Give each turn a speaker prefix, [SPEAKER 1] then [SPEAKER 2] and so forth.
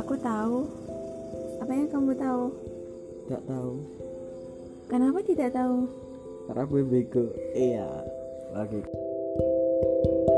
[SPEAKER 1] Aku tahu. Apa yang kamu tahu?
[SPEAKER 2] Tidak tahu.
[SPEAKER 1] Kenapa tidak tahu?
[SPEAKER 2] Karena gue bego. Iya. Lagi.